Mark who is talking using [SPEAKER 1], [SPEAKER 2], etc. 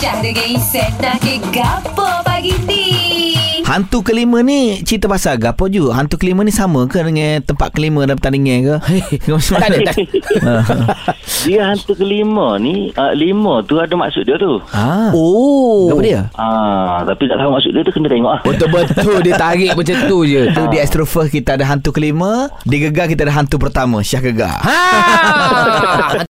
[SPEAKER 1] Syah dengan Isen dah ke gapo pagi ni.
[SPEAKER 2] Hantu kelima ni cerita pasal gapo ju? Hantu kelima ni sama ke dengan tempat kelima dalam pertandingan ke?
[SPEAKER 3] Tak
[SPEAKER 2] Macam mana?
[SPEAKER 3] ada.
[SPEAKER 4] Dia hantu kelima ni uh, Lima tu ada maksud dia tu
[SPEAKER 2] Ah.
[SPEAKER 3] Oh.
[SPEAKER 2] Apa dia?
[SPEAKER 4] Ah, Tapi tak tahu maksud dia tu Kena tengok
[SPEAKER 2] Oh,
[SPEAKER 4] lah
[SPEAKER 3] Betul-betul dia tarik macam tu je.
[SPEAKER 2] Tu di Astro First kita ada hantu kelima, di Gegar kita ada hantu pertama, Syah Gegar.
[SPEAKER 3] Ha!